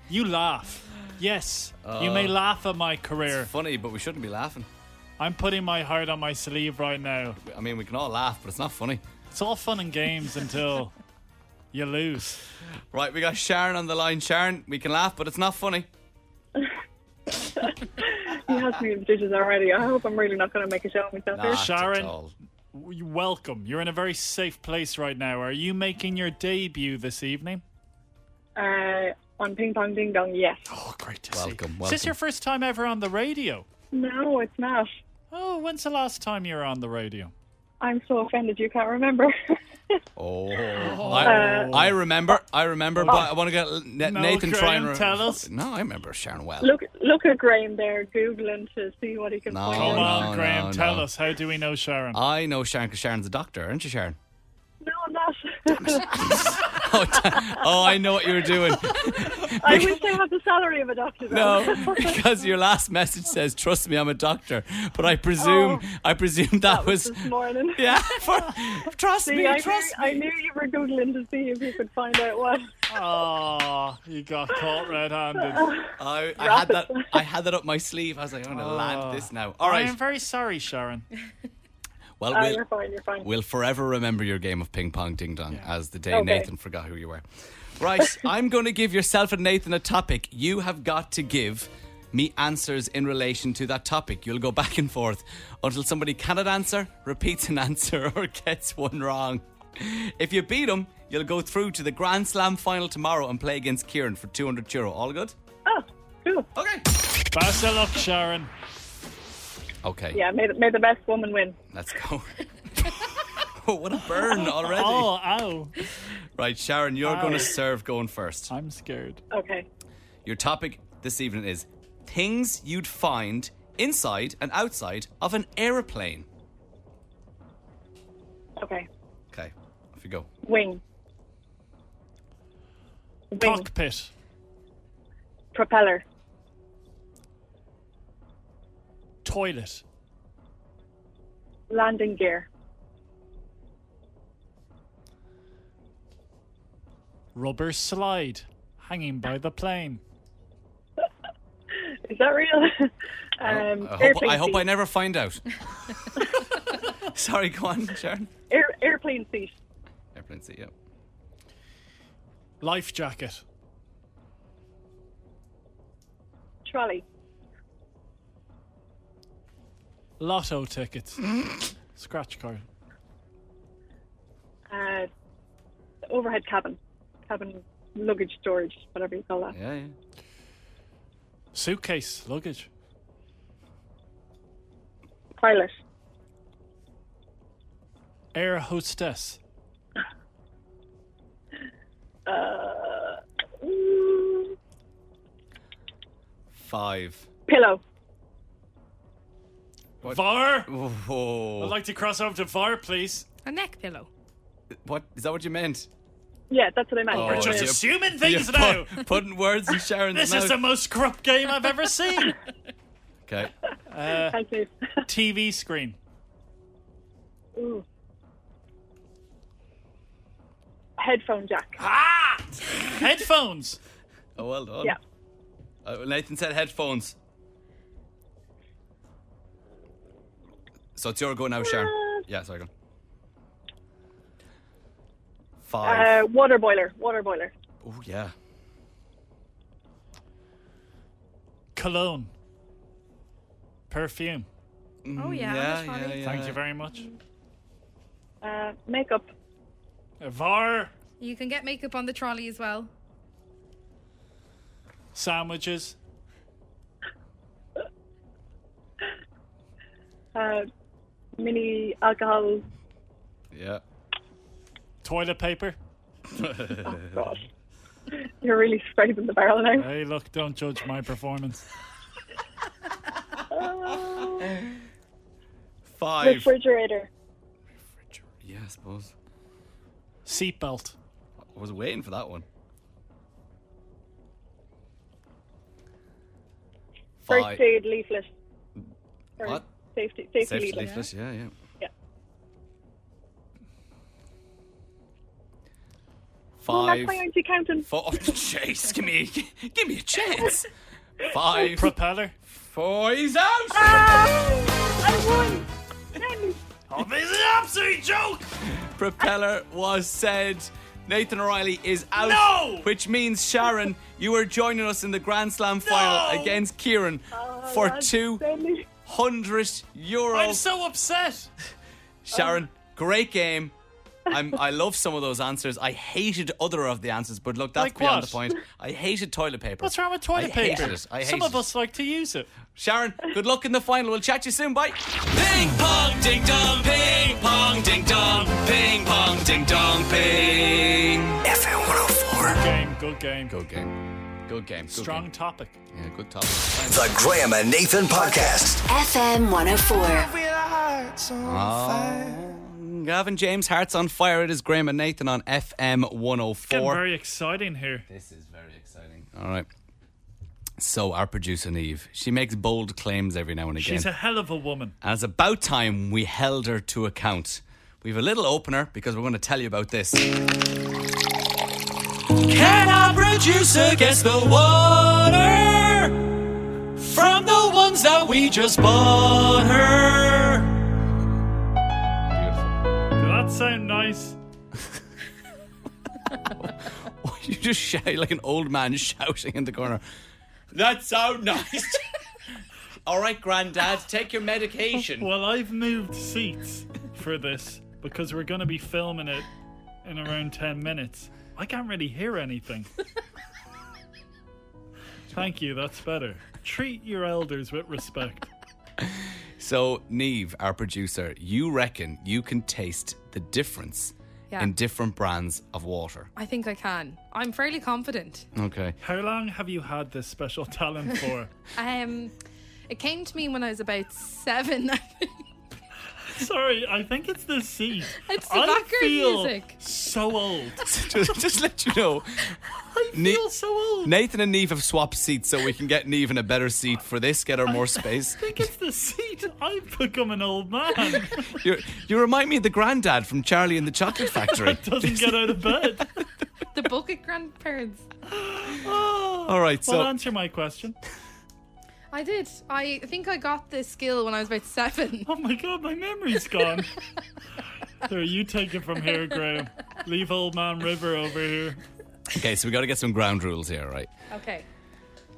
B: You laugh. Yes, you may
A: Uh,
B: laugh at my career.
A: funny, but we shouldn't be laughing.
B: I'm putting my heart on my sleeve right now.
A: I mean, we can all laugh, but it's not funny.
B: It's all fun and games until you lose.
A: Right, we got Sharon on the line. Sharon, we can laugh, but it's not funny.
L: He has me in the dishes already. I hope I'm really not going to make a show of myself here.
B: Sharon, w- welcome. You're in a very safe place right now. Are you making your debut this evening?
L: Uh, on Ping Pong Ding Dong, yes.
B: Oh, great to
A: welcome,
B: Is this your first time ever on the radio?
L: No, it's not.
B: Oh, when's the last time you were on the radio?
L: I'm so offended you can't remember.
A: Oh,
L: Uh,
A: I, I remember, I remember, but I want to get N-
L: No,
A: Nathan try
L: Graham,
A: and re-
L: tell us.
A: No, I remember Sharon well.
L: look look at Graham there googling to see what he can
A: No,
L: find.
A: no,
B: Come on,
A: no,
B: Graham,
A: no.
B: tell us. How do we know Sharon?
A: I know Sharon because Sharon's a doctor, aren't you, Sharon?
L: No, I'm not.
A: Oh, I know what you were doing.
L: I wish I had the salary of a doctor. though.
A: No, because your last message says, "Trust me, I'm a doctor," but I presume, I presume that, was.
L: this morning.
A: Yeah, for, trust
L: see,
A: me,
L: I
A: trust
L: knew, I knew you were googling to see if you could find out what.
B: Oh, you got caught red-handed.
A: I, I had that. I had that up my sleeve. I was like, "Oh, I'm gonna land this now. All
B: I am
A: right.
B: very sorry, Sharon.
A: Well,
B: Oh,
A: we'll,
B: you're fine, you're fine.
A: we'll forever remember your game of ping pong ding dong as the day
B: Okay.
A: Nathan forgot who you were. Right, I'm going to give yourself and Nathan a topic. You have got to give me answers in relation to that topic. You'll go back and forth until somebody cannot answer, repeats an answer, or gets one wrong. If you beat them, you'll go through to the Grand Slam final tomorrow and play against Kieran for 200 euro. All good?
L: Oh, cool.
A: Okay.
B: Best of luck, Sharon.
A: Okay,
L: Yeah, may the, may the best woman win.
A: let's go. oh, what a burn already.
B: Oh, ow.
A: Right, Sharon, you're
B: Ow.
A: going to serve going first.
B: I'm scared.
L: Okay.
A: Your topic this evening is things you'd find inside and outside of an aeroplane.
L: Okay.
A: Okay, off you go.
L: Wing. Wing.
B: Cockpit.
L: Propeller.
B: Toilet.
L: Landing gear.
B: Rubber slide. Hanging by the plane.
L: Is that real?
A: I
L: um,
A: hope,
L: airplane
A: I, hope
L: seat.
A: I never find out. Sorry, go on, Sharon.
L: Air, airplane seat.
A: Airplane seat, yeah.
B: Life jacket.
L: Trolley.
B: Lotto tickets. Scratch card.
L: Uh, overhead cabin. Cabin luggage storage, whatever you call that.
A: Yeah, yeah.
B: Suitcase. Luggage.
L: Pilot.
B: Air hostess.
L: Uh, mm,
A: Five.
L: pillow.
B: VAR.
A: Oh,
B: I'd like to cross over to VAR, please.
C: A neck pillow.
A: what is that? What you meant? Oh,
L: Yeah, that's what I meant.
B: We're just
A: you're-
B: assuming things
A: you're
B: now.
A: put- putting words in Sharon's
B: This
A: mouth.
B: is the most corrupt game I've ever seen.
A: okay.
B: Uh,
L: Thank you.
B: TV screen.
L: Ooh. Headphone jack.
B: Ah! Headphones.
A: Oh, well done.
L: Yeah.
A: Uh, Nathan said headphones. So it's your go now, Sharon. Yeah, sorry, go on. Five.
L: Uh, water boiler. Water boiler.
A: oh, yeah.
B: Cologne. Perfume.
C: Oh, yeah, that's funny.
B: Thank you very much.
L: Uh, makeup.
B: Uh, VAR.
C: You can get makeup on the trolley as well.
B: Sandwiches.
O: uh, mini alcohol.
A: Yeah.
B: Toilet paper.
O: God. You're really scraping the barrel now.
B: Hey, look, don't judge my performance.
A: Five.
O: Ah. Refrigerator.
A: Yeah, I suppose.
B: Seatbelt.
A: I was waiting for that one. Five.
O: First aid leaflet. Or
A: What?
O: Safety, safety,
A: Safety
O: leaflet.
A: leaflet, yeah, yeah.
O: Well,
A: Five.
O: that's why aren't you counting?
A: Four. Jeez, give me, give me a chance. Five.
B: Propeller.
A: Four. He's out.
O: Ah, I won.
A: Obviously, absolute joke. Propeller was said. Nathan O'Reilly is out.
B: No!
A: Which means Sharon, you are joining us in the Grand Slam final against Kieran for two hundred euro.
B: I'm so upset.
A: Sharon,
B: Oh.
A: great game. I'm, I love some of those answers. I hated other of the answers, but look, that's
B: Like
A: beyond
B: what?
A: the point. I hated toilet paper.
B: What's wrong with toilet
A: I
B: paper?
A: Hated it. I hated
B: Some of
A: it.
B: us like to use it.
A: Sharon, good luck in the final. We'll chat to you soon. Bye. Ping pong ding dong, ping pong ding dong, ping pong ding dong, ping.
D: FM 104.
B: Good game. Good game.
A: Good game. Good game. Good
B: Strong topic.
A: Game. Yeah, good topic.
D: The Graham and Nathan Podcast.
N: FM 104.
A: Oh. Gavin James, Hearts on Fire. It is Graham and Nathan on FM 104.
B: Getting very exciting here.
A: This is very exciting. oh All right. So, our producer, Neve, she makes bold claims every now and again.
B: She's a hell of a woman.
A: And it's about time we held her to account. We have a little opener because we're going to tell you about this. Can our producer guess the water from the ones that we just bought her?
B: Did that sound nice?
A: You just shout like an old man shouting in the corner. That's so nice. All right, Grandad, take your medication.
B: Well, I've moved seats for this because we're going to be filming it in around 10 minutes. I can't really hear anything. Thank you, that's better. Treat your elders with respect.
A: So, Neve, our producer, you reckon you can taste the difference
C: Yeah.
A: in different brands of water?
C: I think I can. I'm fairly confident.
A: Okay.
B: How long have you had this special talent for?
C: Um, it came to me when I was about seven.
B: Sorry, I think it's the seat.
C: It's the
B: I
C: background
B: feel
C: music.
B: So old.
A: just, just let you know. Ne-
B: feel so old.
A: Nathan and Neve have swapped seats so we can get Neve in a better seat for this, get her more space.
B: I think it's the seat. I've become an old man.
A: You, you remind me of the granddad from Charlie and the Chocolate Factory.
B: Doesn't get out of bed.
C: the bucket grandparents.
A: All right, so
B: well, answer my question.
C: I did. I think I got this skill when I was about seven.
B: Oh my god, my memory's gone. There, you take it from here, Graham. Leave old man River over here.
A: okay, so we got to get some ground rules here, right?
C: Okay.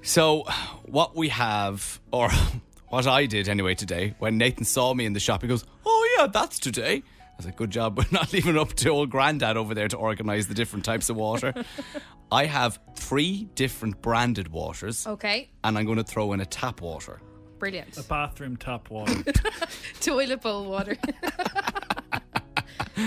A: So, what we have, or what I did anyway today, when Nathan saw me in the shop, he goes, "Oh yeah, that's today." I was like, "Good job, but not leaving it up to old granddad over there to organise the different types of water." I have three different branded waters,
C: Okay.
A: and I'm going to throw in a tap water.
C: Brilliant.
B: A bathroom tap water.
C: Toilet bowl water.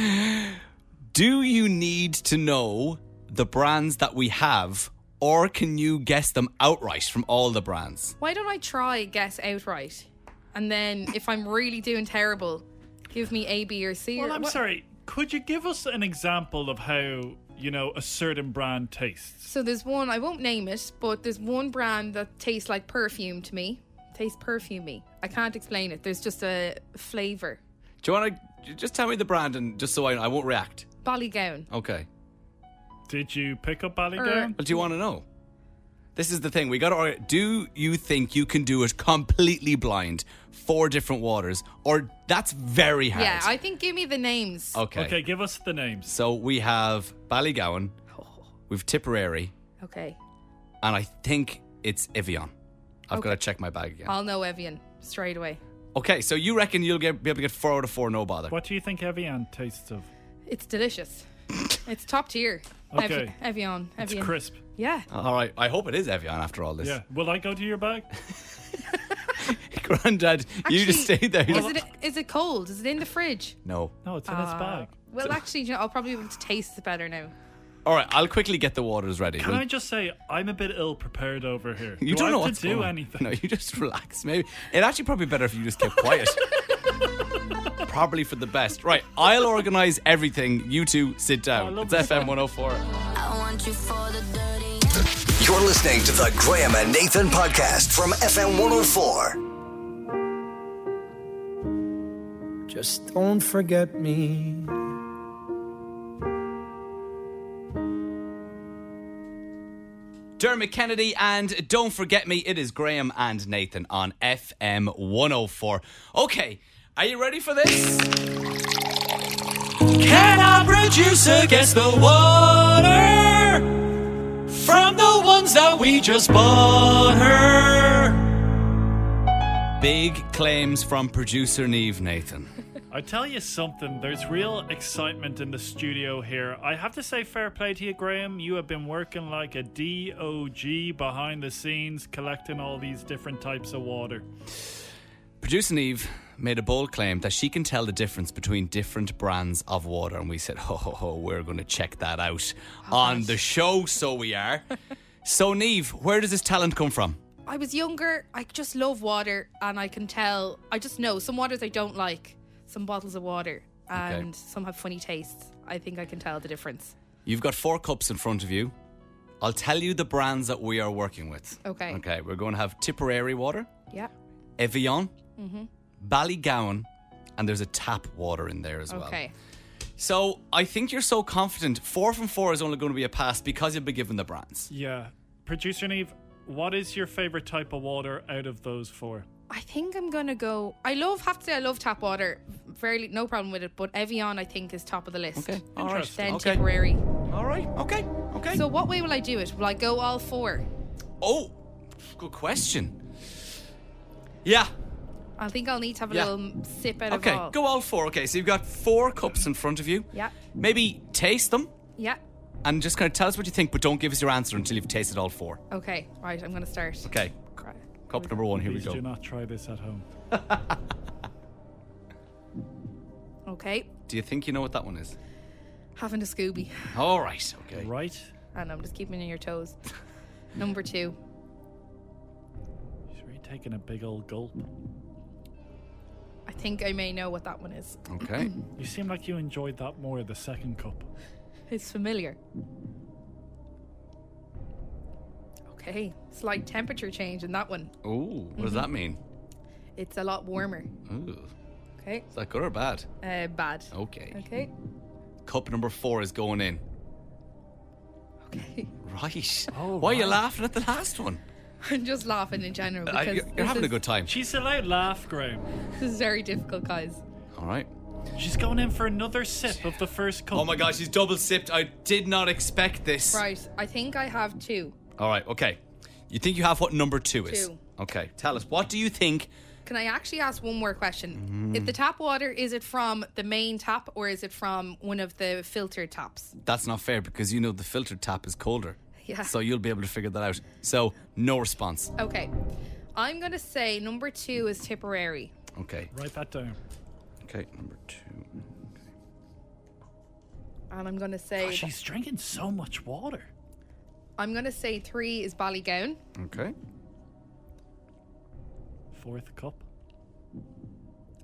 A: Do you need to know the brands that we have, or can you guess them outright from all the brands?
C: Why don't I try guess outright? And then if I'm really doing terrible, give me A, B, or C.
B: Well,
C: or
B: I'm
C: what-
B: sorry. Could you give us an example of how you know a certain brand tastes?
C: So there's one, I won't name it, but there's one brand that tastes like perfume to me. Tastes perfumey. I can't explain it. There's just a flavour.
A: Do you want to just tell me the brand, and just so I, I won't react?
C: Ballygown.
A: Okay.
B: Did you pick up
C: Er,
B: Ballygown?
A: Well, do you want to know? This is the thing. We got to. Do you think you can do it completely blind, four different waters, or that's very hard?
C: Yeah, I think give me the names.
A: Okay.
B: Okay, give us the names.
A: So we have Ballygowan, we've Tipperary,
C: Okay.
A: and I think it's Evian. I've got to
C: Okay.
A: check my bag again.
C: I'll know Evian straight away.
A: okay, so you reckon you'll get, be able to get four out of four, no bother.
B: What do you think Evian tastes of?
C: It's delicious. it's top tier.
B: Okay.
C: Ev- Evian.
B: It's
C: Evian.
B: crisp.
C: Yeah.
A: All right, I hope it is Evian after all this.
B: Yeah. Will I go to your bag?
A: Grandad, you just stay there.
C: Is it, is it cold? Is it in the fridge?
A: no.
B: No, it's
C: Ah, Well, actually, you know, I'll probably be able to taste it better now.
A: All right, I'll quickly get the waters ready.
B: Can
A: We'll-
B: I just say I'm a bit ill prepared over here?
A: you
B: Do
A: don't
B: I
A: know
B: have
A: what
B: to do anything.
A: No, you just relax. Maybe it actually probably better if you just kept quiet. probably for the best. Right, I'll organise everything. You two sit down. it's FM 104.
D: You're listening to the Graham and Nathan podcast from FM 104.
P: Just don't forget me.
A: Dermot Kennedy and don't forget me, it is Graham and Nathan on FM 104. Okay, are you ready for this?
Q: Can I produce against the water from the ones that we just bought her?
A: Big claims from producer Neve Nathan.
B: I tell you something, there's real excitement in the studio here. I have to say, fair play to you, Graham. You have been working like a DOG behind the scenes, collecting all these different types of water.
A: Producer Neve made a bold claim that she can tell the difference between different brands of water, and we said, ho ho ho, we're going to check that out on the show, so we are. so, Neve, where does this talent come from?
C: I was younger. I just love water, and I can tell. I just know some waters I don't like, some bottles of water, and some have funny tastes. I think I can tell the difference.
A: You've got four cups in front of you. I'll tell you the brands that we are working with.
C: Okay.
A: Okay, we're going to have Tipperary water,
C: Yeah.
A: Evian,
C: Mm-hmm.
A: Ballygowan, and there's a tap water in there as well.
C: Okay.
A: So I think you're so confident. Four from four is only going to be a pass because you'll be given the brands.
B: Yeah. Producer Neve, what is your favorite type of water out of those four?
C: I think I'm gonna go. I love have to say I love tap water. Very no problem with it. But Evian I think is top of the list. Okay,
A: all right. Interesting.
C: Then
A: Okay.
C: Tipperary.
A: All right. Okay. Okay.
C: So what way will I do it? Will I go all four?
A: Oh, good question. Yeah.
C: I think I'll need to have a
A: Yeah.
C: little sip out
A: Okay.
C: of all.
A: Go all four. Okay. So you've got four cups in front of you.
C: Yeah.
A: Maybe taste them
C: Yeah.
A: and just kind of tell us what you think, but don't give us your answer until you've tasted all four.
C: Okay. Right. I'm gonna start.
A: Okay. Cup number one. Here we
B: Please do
A: go.
B: not try this at home.
C: Okay.
A: Do you think you know what that one is?
C: Having a Scooby,
A: All right. Okay.
B: Right.
C: and I'm just keeping it in your toes. Number two.
B: He's really taking a big old gulp.
C: I think I may know what that one is.
A: Okay.
B: you seem like you enjoyed that more, the second cup.
C: It's familiar. Okay. Slight temperature change in that one.
A: Ooh. What does
C: Mhm.
A: that mean?
C: It's a lot warmer.
A: Ooh.
C: Okay.
A: Is that good or bad?
C: Uh, bad.
A: Okay.
C: Okay.
A: Cup number four is going in.
C: Okay.
A: Right. Why are you
C: wow.
A: laughing at the last one?
C: I'm just laughing in general
A: Uh,
C: because
A: you're you're
C: this,
A: having
C: is,
A: a good time.
B: She's allowed laugh, Graham.
C: this is very difficult, guys.
A: All right.
B: She's going in for another sip of the first cup.
A: Oh my gosh, she's double sipped. I did not expect this.
C: Right. I think I have two.
A: All right. Okay. You think you have what number two is?
C: Two.
A: Okay. Tell us. What do you think?
C: Can I actually ask one more question?
A: Mm.
C: If the tap water is it from the main tap or is it from one of the filtered taps?
A: That's not fair because you know the filtered tap is colder.
C: Yeah. Uh,
A: So you'll be able to figure that out. So no response.
C: Okay. I'm gonna say number two is Tipperary.
A: Okay.
B: Write that down.
A: Okay. Number two.
C: And I'm gonna say
A: Ah,
B: Gosh, Ah, she's drinking so much water.
C: I'm gonna say three is Ballygown.
A: Okay.
B: Fourth cup.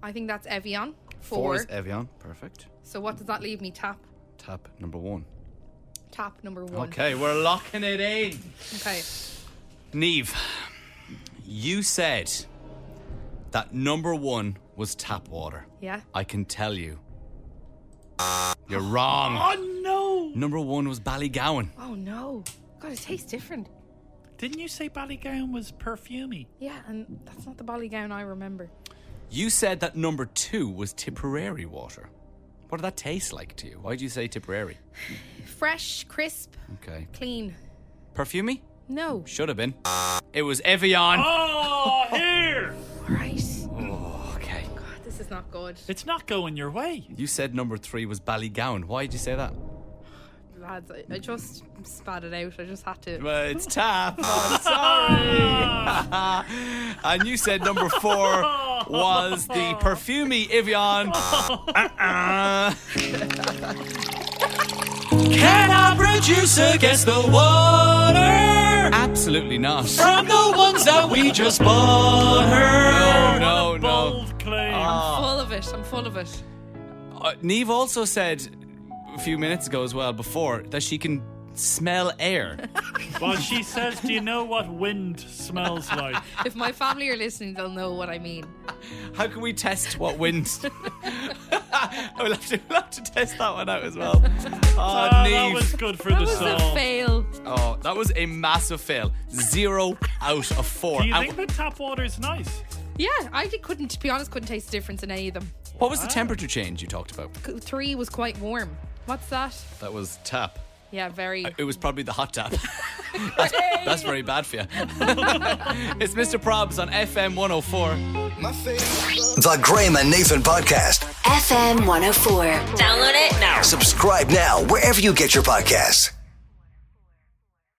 C: I think that's Evian. Four.
A: Four is Evian. Perfect.
C: so what does that leave me? Tap
A: Tap number one.
C: tap number one.
A: Okay, we're locking it in.
C: Okay.
A: Neve, you said that number one was tap water.
C: Yeah.
A: I can tell you. You're wrong.
B: Oh, no!
A: Number one was Ballygowan.
C: Oh no. God, it tastes different.
B: Didn't you say Ballygown was perfumey?
C: Yeah, and that's not the Ballygown I remember.
A: You said that number two was Tipperary water. What did that taste like to you? Why did you say Tipperary?
C: Fresh, crisp,
A: Okay.
C: clean.
A: Perfumey?
C: No.
A: Should have been. It was Evian.
B: Oh, here!
A: Oh, okay.
C: God, this is not good.
B: It's not going your way.
A: You said number three was Ballygown. Why did you say that?
C: lads. I, I just spat it out. I just had to.
A: Well, it's tap. I'm sorry. and you said number four was the Perfumi Evian. Uh-uh.
Q: Can I produce against the water?
A: Absolutely not.
Q: From the ones that we just bought her.
A: No, no, no. Ah.
C: I'm full of it. I'm full of it.
A: Uh, Neve also said a few minutes ago as well before that she can smell air.
B: Well, she says, Do you know what wind smells like?
C: If my family are listening, they'll know what I mean.
A: How can we test what wind? we'll, have to, we'll have to test that one out as well. Oh,
B: Ah, that
A: Niamh.
B: was good for the song.
C: fail.
A: Oh, that was a massive fail. Zero out of four.
B: Do you
A: And
B: think the tap water is nice?
C: Yeah, I did- couldn't, to be honest, couldn't taste the difference in any of them.
A: what was the
B: Ah.
A: temperature change you talked about?
C: C- Three was quite warm. What's that?
A: That was tap.
C: Yeah, very.
A: Uh, It was probably the hot tap. that's, that's very bad for you. it's Mr. Probs on FM 104.
D: The Graham and Nathan Podcast.
N: FM 104.
D: Download it now. Subscribe now wherever you get your podcasts.